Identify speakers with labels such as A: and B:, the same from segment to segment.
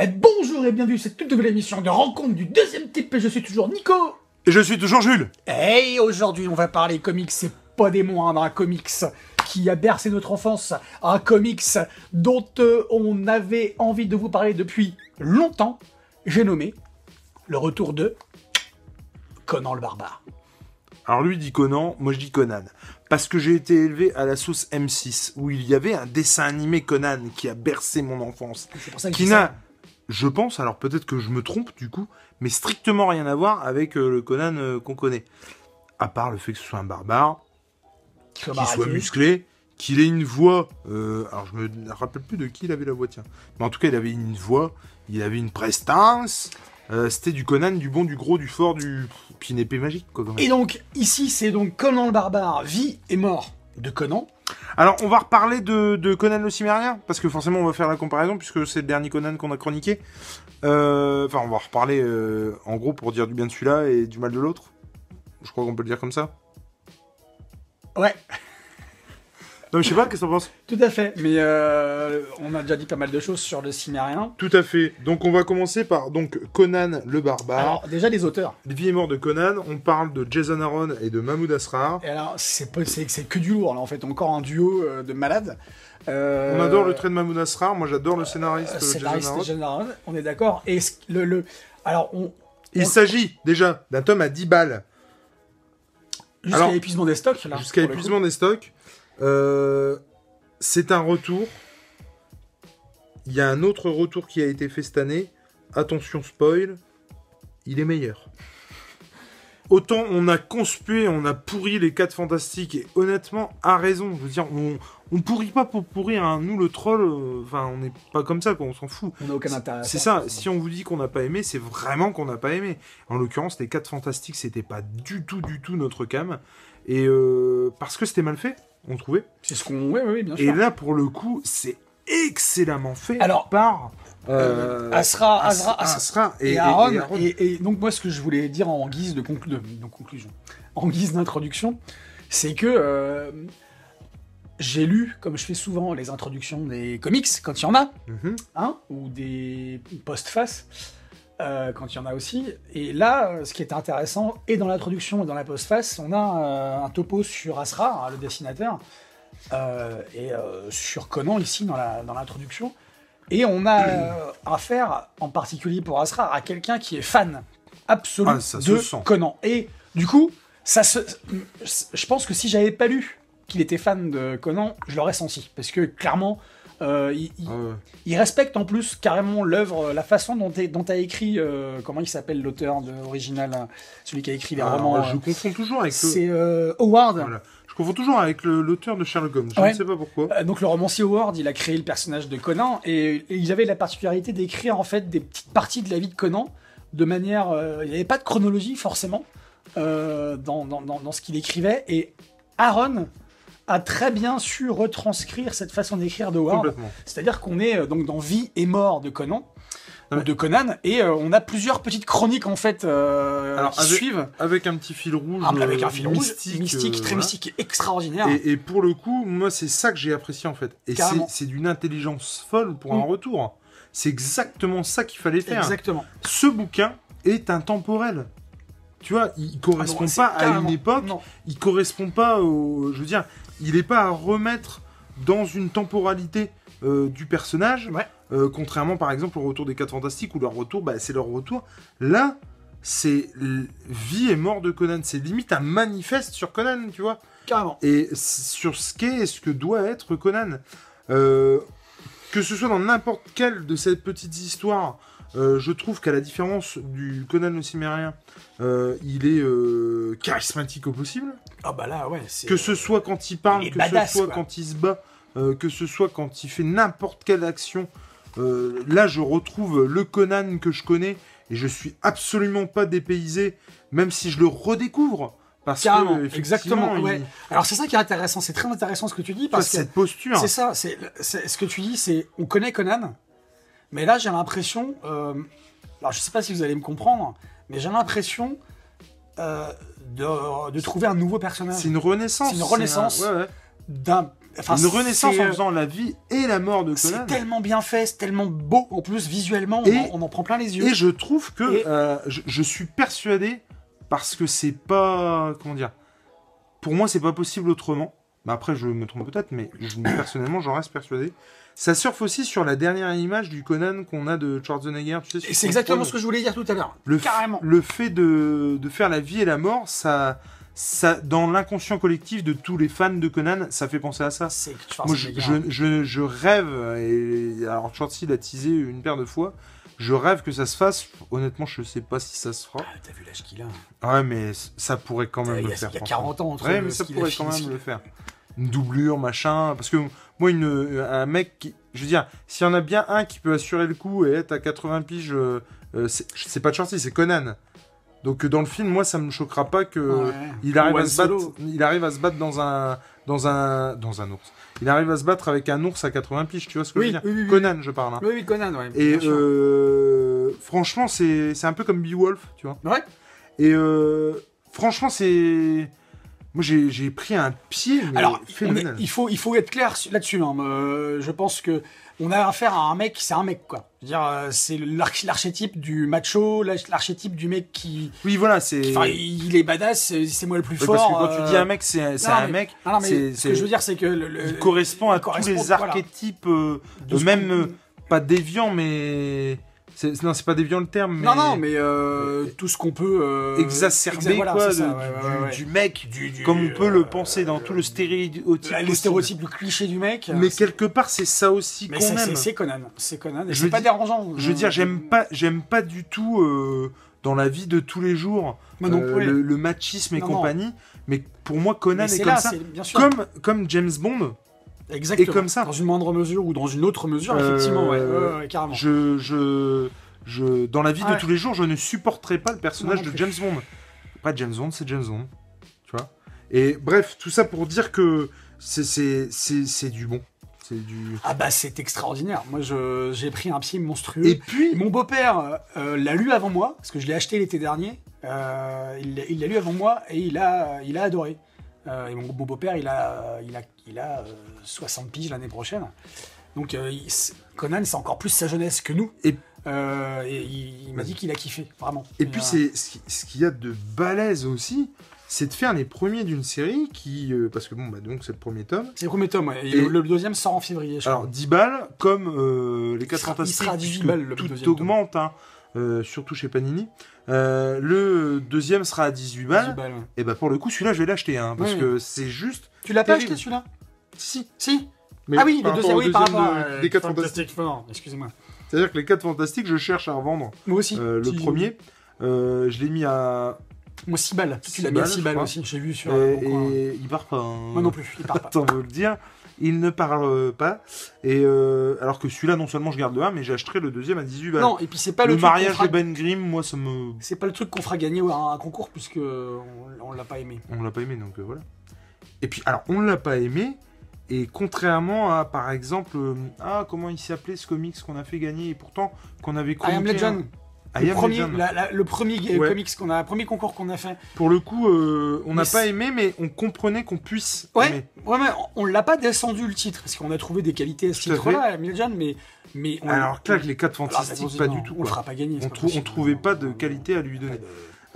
A: Eh, bonjour et bienvenue sur cette toute nouvelle émission de rencontre du deuxième type. Je suis toujours Nico.
B: Et je suis toujours Jules.
A: Et aujourd'hui, on va parler comics, c'est pas des moindres, un comics qui a bercé notre enfance, un comics dont euh, on avait envie de vous parler depuis longtemps. J'ai nommé le retour de Conan le barbare.
B: Alors lui dit Conan, moi je dis Conan. Parce que j'ai été élevé à la sauce M6, où il y avait un dessin animé Conan qui a bercé mon enfance.
A: Ah, C'est pour ça que
B: Qui
A: je dis ça.
B: n'a, je pense, alors peut-être que je me trompe du coup, mais strictement rien à voir avec euh, le Conan euh, qu'on connaît. À part le fait que ce soit un barbare,
A: Ah, Qui soit
B: qu'il soit
A: baraqué.
B: musclé, qu'il ait une voix. euh, alors je me rappelle plus de qui il avait la voix, tiens. Mais en tout cas, il avait une voix, il avait une prestance. euh, C'était du Conan, du bon, du gros, du fort, du. Puis une épée magique, quoi, quand même.
A: Et donc, ici, c'est donc Conan le barbare, vie et mort de Conan.
B: Alors, on va reparler de, de Conan le Cimérien, parce que forcément, on va faire la comparaison, puisque c'est le dernier Conan qu'on a chroniqué. Euh, Enfin, on va reparler, euh, en gros, pour dire du bien de celui-là et du mal de l'autre. Je crois qu'on peut le dire comme ça.
A: Ouais,
B: Non, mais je sais pas, qu'est-ce que t'en penses
A: tout à fait. Mais euh, on a déjà dit pas mal de choses sur le cimérien.
B: Tout à fait. Donc, on va commencer par donc Conan le Barbare.
A: Alors, déjà, les auteurs.
B: Les vies et morts de Conan, on parle de Jason Aaron et de Mahmoud Asrar.
A: Et alors, c'est pas- c'est c'est que du lourd, là, en fait. Encore un duo euh, de malades. Euh,
B: On adore le trait de Mahmoud Asrar, moi j'adore le scénariste, euh,
A: Scénariste
B: Jason Aaron.
A: général, on est d'accord. Et ce- le, le- Alors, on...
B: Il s'agit déjà d'un tome à 10 balles.
A: jusqu'à
B: Alors,
A: l'épuisement des stocks, là.
B: jusqu'à
A: pour le coup.
B: l'épuisement des stocks. Euh, c'est un retour. Il y a un autre retour qui a été fait cette année. Attention spoil, il est meilleur. Autant on a conspué, on a pourri les 4 fantastiques et honnêtement, à raison. Je veux dire, on, on pourrit pas pour pourrir. hein. Nous, le troll, euh, enfin, on n'est pas comme ça, quoi, on s'en fout.
A: On n'a aucun intérêt. à
B: C'est
A: faire.
B: ça, si on vous dit qu'on n'a pas aimé, c'est vraiment qu'on n'a pas aimé. En l'occurrence, les 4 Fantastiques, c'était pas du tout, du tout notre cam. Et euh, parce que c'était mal fait, on trouvait.
A: C'est ce qu'on... Oui, oui, oui, bien
B: Et
A: sûr.
B: là, pour le coup, c'est excellemment fait
A: Alors-
B: par
A: Euh, Asra,
B: As-
A: Asra, Asra.
B: Asra
A: et, Aaron. Et, et donc moi, ce que je voulais dire en guise de, conclu- de- de conclusion, en guise d'introduction, c'est que euh, j'ai lu, comme je fais souvent, les introductions des comics quand il y en a,
B: Mhm.
A: hein, ou des post-faces euh, quand il y en a aussi. Et là, euh, ce qui est intéressant, et dans l'introduction et dans la postface, on a euh, un topo sur Asra, hein, le dessinateur, euh, et euh, sur Conan ici dans la- dans l'introduction. et on a euh, affaire, en particulier pour Asrar, à quelqu'un qui est fan absolu
B: Ah, ça se
A: de
B: sent.
A: Conan. Et du coup, ça se... je pense que si j'avais pas lu qu'il était fan de Conan, je l'aurais senti. Parce que clairement, euh, il, il-
B: Euh,
A: il respecte en plus carrément l'œuvre, euh, la façon dont t'es- dont t'as écrit, euh, comment il s'appelle l'auteur de original, hein, celui qui a écrit les
B: Ah, alors,
A: romans.
B: je
A: euh,
B: confonds toujours avec le-
A: C'est euh, Howard.
B: voilà. Je confonds toujours avec le- l'auteur de Sherlock Holmes. Je
A: Ouais.
B: ne sais pas pourquoi.
A: Euh, Donc le romancier Howard, il a créé le personnage de Conan et, et il avait la particularité d'écrire en fait des petites parties de la vie de Conan de manière, euh, il n'y avait pas de chronologie forcément euh, dans, dans- dans- dans ce qu'il écrivait et Aaron a très bien su retranscrire cette façon d'écrire de Howard.
B: Complètement.
A: C'est-à-dire qu'on est euh, donc dans Vie et mort de Conan.
B: Ah
A: Ou
B: ouais.
A: de Conan et euh, on a plusieurs petites chroniques en fait euh,
B: Alors,
A: qui
B: avec-
A: suivent
B: Avec un petit fil rouge.
A: Ah, avec
B: euh,
A: un fil rouge mystique,
B: euh,
A: très
B: voilà.
A: mystique extraordinaire
B: Et, et pour le coup, moi, c'est ça que j'ai apprécié en fait. Et
A: Ah. Carrément.
B: c'est- c'est d'une intelligence folle pour
A: Mm.
B: un retour. C'est exactement ça qu'il fallait faire.
A: exactement
B: Ce bouquin est intemporel. Tu vois, il correspond
A: Ah c'est
B: pas à une
A: carrément-
B: époque.
A: non.
B: Il correspond pas au. Je veux dire, il n'est pas à remettre dans une temporalité euh, du personnage.
A: Ouais.
B: Euh, contrairement par exemple au retour des 4 Fantastiques où leur retour, bah, c'est leur retour. Là, c'est l- vie et mort de Conan. C'est limite un manifeste sur Conan, tu vois
A: carrément
B: et s- sur ce qu'est et ce que doit être Conan. Euh, que ce soit dans n'importe quelle de ces petites histoires, euh, je trouve qu'à la différence du Conan le Cimérien, euh, il est euh, charismatique au possible.
A: ah bah là ouais c'est
B: Que ce soit quand il
A: il
B: parle,
A: est
B: que
A: badass,
B: ce soit
A: quoi.
B: quand il se bat, euh, que ce soit quand il fait n'importe quelle action. euh, là, je retrouve le Conan que je connais et je suis absolument pas dépaysé, même si je le redécouvre. Parce
A: Carrément,
B: que,
A: exactement,
B: effectivement, il-
A: ouais. Alors c'est ça qui est intéressant, c'est très intéressant ce que tu dis
B: Parce
A: parce
B: que
A: que
B: cette posture.
A: c'est ça, c'est c'est- ce que tu dis, c'est on connaît Conan, mais là j'ai l'impression, euh, alors je sais pas si vous allez me comprendre, mais j'ai l'impression euh, de, de trouver un nouveau personnage
B: C'est une renaissance.
A: C'est une renaissance.
B: un- ouais, ouais.
A: d'un Enfin,
B: une renaissance
A: c'est,
B: en
A: euh,
B: faisant la vie et la mort de Conan.
A: C'est tellement bien fait, c'est tellement beau. En plus, visuellement, on,
B: Et-
A: en, on en prend plein les yeux.
B: Et je trouve que
A: Et-
B: euh, je, je suis persuadé parce que c'est pas comment dire. Pour moi, c'est pas possible autrement. Bah après, je me trompe peut-être, mais je- personnellement, j'en reste persuadé. Ça surfe aussi sur la dernière image du Conan qu'on a de Schwarzenegger. Tu sais,
A: Et c'est exactement ce que je voulais dire tout à l'heure.
B: le, f-
A: Carrément.
B: le fait de, de faire la vie et la mort, ça, ça, dans l'inconscient collectif de tous les fans de Conan, ça fait penser à ça.
A: Ah, C'est que
B: Moi, je, je- je- je rêve, et alors Chanty l'a teasé une paire de fois, je rêve que ça se fasse. Honnêtement, je sais pas si ça se fera.
A: Ah, T'as vu l'âge qu'il a
B: Ouais, mais c- ça pourrait quand
A: Euh, Il
B: même
A: y
B: le
A: a,
B: faire.
A: il y a
B: franchement.
A: 40 ans entre
B: Ouais,
A: le-
B: mais
A: ce
B: ça
A: qu'il a Ah,
B: pourrait
A: fait,
B: quand
A: ce
B: même
A: qu'il
B: le
A: a-
B: faire. Une doublure, machin. Parce que moi, une, euh, un mec qui. Je veux dire, s'il y en a bien un qui peut assurer le coup et être à 80 piges, euh, euh, c'est c'est pas Chanty, c'est Conan. Donc euh, dans le film, moi, ça me choquera pas que
A: Ouais.
B: il arrive
A: Ou
B: à
A: Han
B: se battre.
A: Solo.
B: Il arrive à se battre dans un dans un dans un ours. Il arrive à se battre avec un ours à 80 piges. Tu vois ce que
A: Oui,
B: je veux dire
A: oui, oui, oui.
B: Conan, je parle. hein.
A: Oui, oui, Conan, ouais.
B: Et
A: Mhm. bien sûr.
B: euh, franchement, c'est c'est un peu comme Beowulf, tu vois.
A: Ouais.
B: Et euh, franchement, c'est. Moi, j'ai j'ai pris un pied. mais
A: Alors, on est-
B: phénoménal.
A: il, faut, il faut être clair su- là-dessus. hein. Euh, je pense que on a affaire à un mec, c'est un mec, quoi. Je veux dire, euh, c'est l'arch- l'archétype du macho, l'arch- l'archétype du mec qui.
B: Oui, voilà, c'est.
A: Enfin, il est badass, c'est c'est moi le plus
B: Oui,
A: fort.
B: parce que quand
A: euh,
B: tu dis un mec, c'est c'est
A: non,
B: un
A: mais-
B: mec.
A: non, non, mais
B: c'est-
A: ce
B: c'est-
A: que je veux dire, c'est que. le- le-
B: il correspond à
A: il
B: tous
A: correspond,
B: les
A: voilà.
B: archétypes, euh,
A: De ce
B: même
A: qu'on-
B: euh, pas déviants, mais c'est- non, c'est pas déviant le terme, mais
A: Non, non, mais euh, tout ce qu'on peut. euh,
B: exacerbé
A: exa- voilà,
B: quoi,
A: c'est ça,
B: de-
A: ouais,
B: du,
A: ouais, ouais.
B: du mec,
A: Du- du-
B: comme on peut
A: euh,
B: le penser dans tout le stéréotype.
A: Les
B: possible.
A: stéréotypes, le cliché du mec.
B: Mais
A: c'est-
B: quelque part, c'est ça aussi
A: mais
B: qu'on
A: c'est- c'est Mmh.
B: aime.
A: c'est Conan. C'est Conan. et
B: Je
A: C'est
B: veux
A: pas
B: dire-
A: dérangeant. euh,
B: Je veux dire, j'aime pas, j'aime pas du tout euh, dans la vie de tous les jours
A: Moi non
B: euh,
A: plus.
B: le, le machisme et
A: Non, non.
B: compagnie. Mais pour moi, Conan
A: Mais
B: est,
A: c'est
B: comme
A: là,
B: ça,
A: c'est- bien sûr.
B: comme comme James Bond.
A: Exactement.
B: Et comme ça.
A: Dans une moindre mesure ou dans une autre mesure,
B: Euh,
A: effectivement, ouais, ouais, ouais, carrément.
B: Je, je, je, dans la vie
A: Ouais.
B: de tous les jours, je ne supporterais pas le personnage
A: Non, non
B: de
A: plus.
B: James Bond. Après, James Bond, c'est James Bond, tu vois. Et bref, tout ça pour dire que c'est, c'est, c'est, c'est du bon, c'est du.
A: Ah bah c'est extraordinaire. Moi je j'ai pris un pied monstrueux.
B: Et puis,
A: Mon beau-père euh, l'a lu avant moi parce que je l'ai acheté l'été dernier. Euh, il l'a- il l'a lu avant moi et il a il a adoré. Euh, et mon, mon beau-père il a il a il a euh, 60 piges l'année prochaine. Donc euh, il- c'est- Conan c'est encore plus sa jeunesse que nous.
B: Et-
A: Euh, et il, il m'a dit qu'il a kiffé vraiment. euh,
B: Et
A: Il
B: puis
A: a-
B: c'est ce qui- ce qu'il y a de balèze aussi, c'est de faire les premiers d'une série qui, euh, parce que bon bah donc c'est le premier tome.
A: c'est le premier tome. ouais. Et
B: Et-
A: le, le deuxième sort en février. Je crois.
B: Alors 10 balles comme euh, les 4
A: sera- il
B: fantastiques,
A: sera à 18
B: puisque
A: balles, le deuxième
B: tout
A: tome.
B: augmente, hein, euh, surtout chez Panini. Euh, le deuxième sera à 18 balles.
A: 10 balles, ouais.
B: Et bah pour le coup celui-là je vais l'acheter, hein, parce
A: Oui.
B: que c'est juste.
A: Tu l'as pas
B: Terrible.
A: acheté celui-là
B: Si.
A: Si.
B: Mais
A: ah oui,
B: par
A: le
B: rapport
A: deuxième,
B: au
A: oui, par
B: deuxième
A: rapport
B: de-
A: à, euh,
B: des 4 fantastiques.
A: Fantastic Four, excuse-moi.
B: C'est-à-dire que les 4 fantastiques, je cherche à revendre.
A: Moi aussi.
B: Euh, le
A: Si-
B: premier, euh, je l'ai mis à.
A: Moi, 6 balles.
B: Six
A: Tu l'as mis à
B: balles,
A: 6
B: je
A: balles
B: crois.
A: aussi, j'ai vu sur.
B: Et,
A: le Bon Coin.
B: et il part pas. hein.
A: Moi non plus, il part pas.
B: Autant vous le dire, il ne parle euh, pas. Et euh, alors que celui-là, non seulement je garde le 1, mais j'achèterai le deuxième à 18 balles.
A: Non, et puis c'est pas
B: le
A: le, truc
B: mariage
A: qu'on fera-
B: de Ben Grimm, moi, ça me.
A: C'est pas le truc qu'on fera gagner à un concours puisque on, on l'a pas aimé.
B: On l'a pas aimé, donc euh, voilà. Et puis, alors, on l'a pas aimé. Et contrairement à, par exemple, euh, ah, comment il s'appelait ce comics qu'on a fait gagner et pourtant qu'on avait
A: I
B: chroniqué.
A: Am
B: hein.
A: Legend,
B: I
A: le
B: Am
A: premier,
B: Legend.
A: la- la- le premier euh,
B: Ouais.
A: comics qu'on a, premier concours qu'on a fait.
B: Pour le coup, euh, on n'a
A: Mais
B: pas
A: c'est-
B: aimé, mais on comprenait qu'on puisse.
A: Ouais,
B: aimer.
A: ouais, mais on- on l'a pas descendu le titre parce qu'on a trouvé des qualités à ce
B: Tout à
A: titre-là, I Am Legend, mais mais on
B: Alors que là, avec les 4
A: Alors,
B: fantastiques,
A: attends,
B: pas
A: non,
B: du tout.
A: On le
B: quoi.
A: fera pas gagner.
B: On,
A: c'est
B: trou- on
A: possible.
B: trouvait pas de
A: Non,
B: qualité à lui
A: pas
B: donner.
A: de-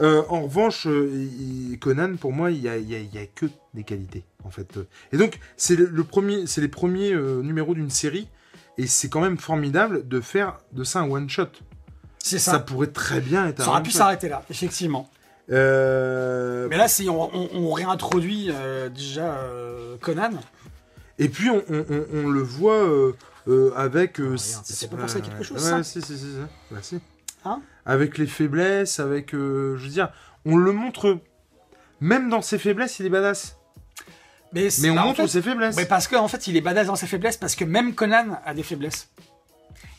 B: Euh, en revanche, euh, il- il- Conan, pour moi, il n'y a, il y a- il y a que des qualités, en fait. Euh, Et donc, c'est le, le premier, c'est les premiers euh, numéros d'une série, et c'est quand même formidable de faire de ça un one shot.
A: C'est
B: Ça,
A: ça.
B: pourrait très bien être
A: Ça
B: un
A: aurait
B: one
A: pu
B: shot.
A: s'arrêter là, effectivement.
B: Euh,
A: Mais là, c'est on, on- on réintroduit euh, déjà euh, Conan.
B: Et puis, on, on- on- on le voit euh, euh, avec. euh,
A: Ah, regarde,
B: c-
A: ça
B: c-
A: peut penser à quelque chose,
B: ouais,
A: ça.
B: si, si, si, si. Bah, si.
A: Hein
B: avec les faiblesses, avec. euh, je veux dire, on le montre. Même dans ses faiblesses, il est badass.
A: Mais, c'est-
B: Mais on
A: bah, en
B: montre
A: fait-
B: ses faiblesses.
A: Mais parce qu'en en fait, il est badass dans ses faiblesses, parce que même Conan a des faiblesses.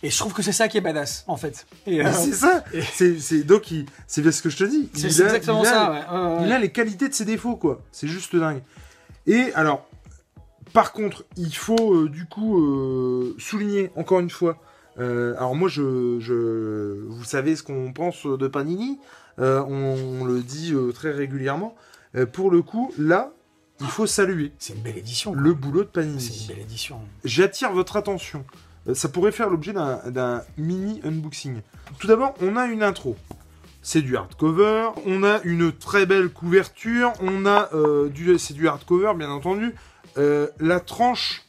A: Et je trouve que c'est ça qui est badass, en fait. Et, euh,
B: Mais c'est ça
A: et-
B: c'est, c'est- donc il- c'est bien ce que je te dis.
A: c'est
B: Il
A: c'est
B: a-
A: exactement
B: il a-
A: ça. ouais. Ouais, ouais.
B: Il a les qualités de ses défauts, quoi. C'est juste dingue. Et alors, par contre, il faut euh, du coup euh, souligner encore une fois. euh, alors moi, je, je- vous savez ce qu'on pense de Panini. euh, on, on le dit euh, très régulièrement. Euh, pour le coup, là, Il faut saluer
A: C'est une belle édition. quoi.
B: le boulot de
A: C'est une
B: Panini.
A: belle édition.
B: J'attire votre attention. Euh, Ça pourrait faire l'objet d'un d'un mini unboxing. Tout d'abord, on a une intro. C'est du hardcover, on a une très belle couverture, on a euh, du c'est du hardcover bien entendu. Euh, la tranche,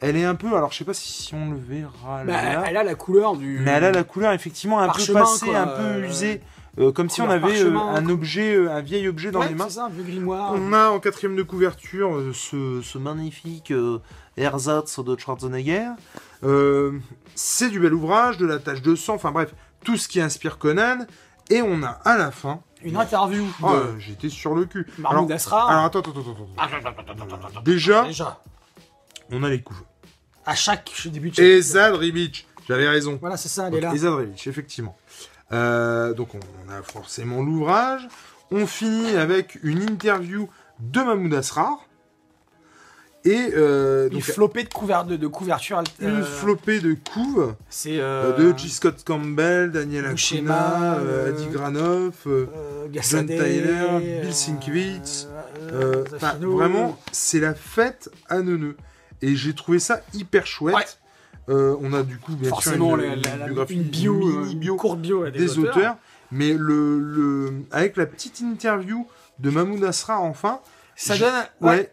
B: elle est un peu, alors je sais pas si, si on le verra
A: Bah,
B: Ah là.
A: elle a la couleur du.
B: Mais elle a la couleur effectivement un peu
A: Parchemin,
B: passée,
A: quoi,
B: un peu
A: euh,
B: usée, euh, comme si on
A: couleur
B: avait euh,
A: parchemin,
B: un objet, euh, un vieil objet dans
A: Ouais,
B: les mains.
A: C'est ça, un vieux grimoire.
B: On a en quatrième de couverture euh, ce, ce magnifique euh, ersatz de Schwarzenegger. Euh, c'est du bel ouvrage, de la tache de sang, enfin bref, tout ce qui inspire Conan. Et on a à la fin.
A: Une interview
B: Oh,
A: de
B: euh, J'étais sur le cul.
A: Mahmoud Asrar.
B: alors attends, attends, attends, attends,
A: Ah,
B: attends. Déjà,
A: Déjà,
B: on a les coups.
A: à chaque début de chapitre.
B: Ezad Ribic, j'avais raison.
A: Voilà, c'est ça, elle est là.
B: Ezad Ribic, effectivement. Euh, donc on, on a forcément l'ouvrage. On finit avec une interview de Mahmoud Asrar. Et euh,
A: Une
B: donc
A: flopée de, couver- de, de couverture. alt-
B: une
A: euh,
B: flopée de couves
A: C'est.
B: euh,
A: Euh,
B: de G. Scott Campbell, Daniel
A: Buscema,
B: Acuna, euh,
A: euh,
B: Adi Granoff, euh,
A: euh, Gassadet,
B: John Tyler,
A: euh,
B: Bill Sienkiewicz,
A: euh,
B: euh, enfin,
A: Zafino.
B: vraiment, c'est la fête à Neuneu. Et j'ai trouvé ça hyper chouette. Euh, on a du coup, bien
A: Forcément,
B: sûr, une,
A: la- la- la-
B: une biographie,
A: une bio,
B: une
A: euh,
B: mini
A: une
B: bio
A: courte bio là,
B: des, auteurs. Mais le, le, avec la petite interview de Mahmoud Asra, enfin,
A: Ça
B: je-
A: donne.
B: ouais.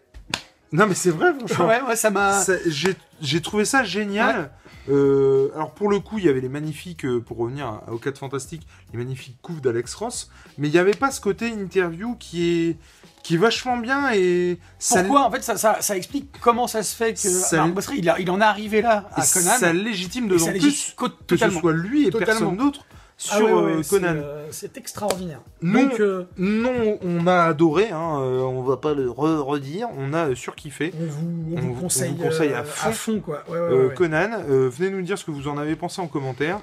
B: Non, mais c'est vrai, franchement.
A: ouais, ouais, ça m'a.
B: Ça- j'ai- J'ai trouvé ça génial. Euh, alors pour le coup, il y avait les magnifiques, euh, pour revenir à- aux 4 fantastiques, les magnifiques couves d'Alex Ross, mais il n'y avait pas ce côté interview qui est qui est vachement bien et ça,
A: Pourquoi En fait, ça, ça, ça explique comment ça se fait que
B: Ça-
A: Marc Bosseri, il, a- il en est arrivé là
B: et
A: à Conan.
B: ça légitime
A: et
B: d'autant
A: ça
B: plus
A: légit co-
B: que
A: totalement.
B: ce soit lui et
A: Totalement.
B: personne d'autre sur
A: Ah ouais, ouais,
B: euh,
A: ouais,
B: Conan.
A: c'est, euh, C'est extraordinaire.
B: Non.
A: Donc, euh,
B: Non, on a adoré, hein, euh, on va pas le re- redire, on a euh, surkiffé.
A: on vous, on
B: On
A: vous
B: vous- on
A: conseille,
B: vous conseille à
A: euh,
B: fond.
A: quoi. Ouais, ouais,
B: Euh,
A: ouais, ouais.
B: Conan, euh, venez nous dire ce que vous en avez pensé en commentaire.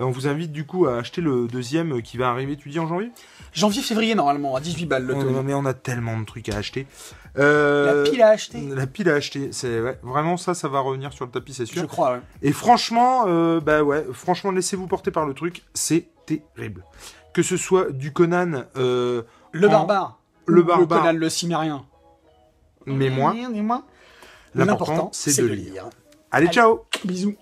B: Euh, on vous invite du coup à acheter le deuxième euh, qui va arriver, tu dis en janvier
A: Janvier-février, normalement, à 18 balles le
B: On-
A: tome.
B: mais on a tellement de trucs à acheter. Euh,
A: La pile à acheter,
B: la pile à acheter, c'est ouais, vraiment ça, ça va revenir sur le tapis, c'est
A: je
B: sûr.
A: crois. ouais.
B: Et franchement, euh, bah ouais, franchement, laissez-vous porter par le truc, c'est terrible. Que ce soit du Conan, euh,
A: Le
B: En-
A: barbare.
B: le
A: Ou
B: barbare.
A: Le Conan le cimérien.
B: mais moi,
A: Rien, et moi.
B: l'important, c'est de lire. Allez,
A: Allez.
B: ciao.
A: Bisous.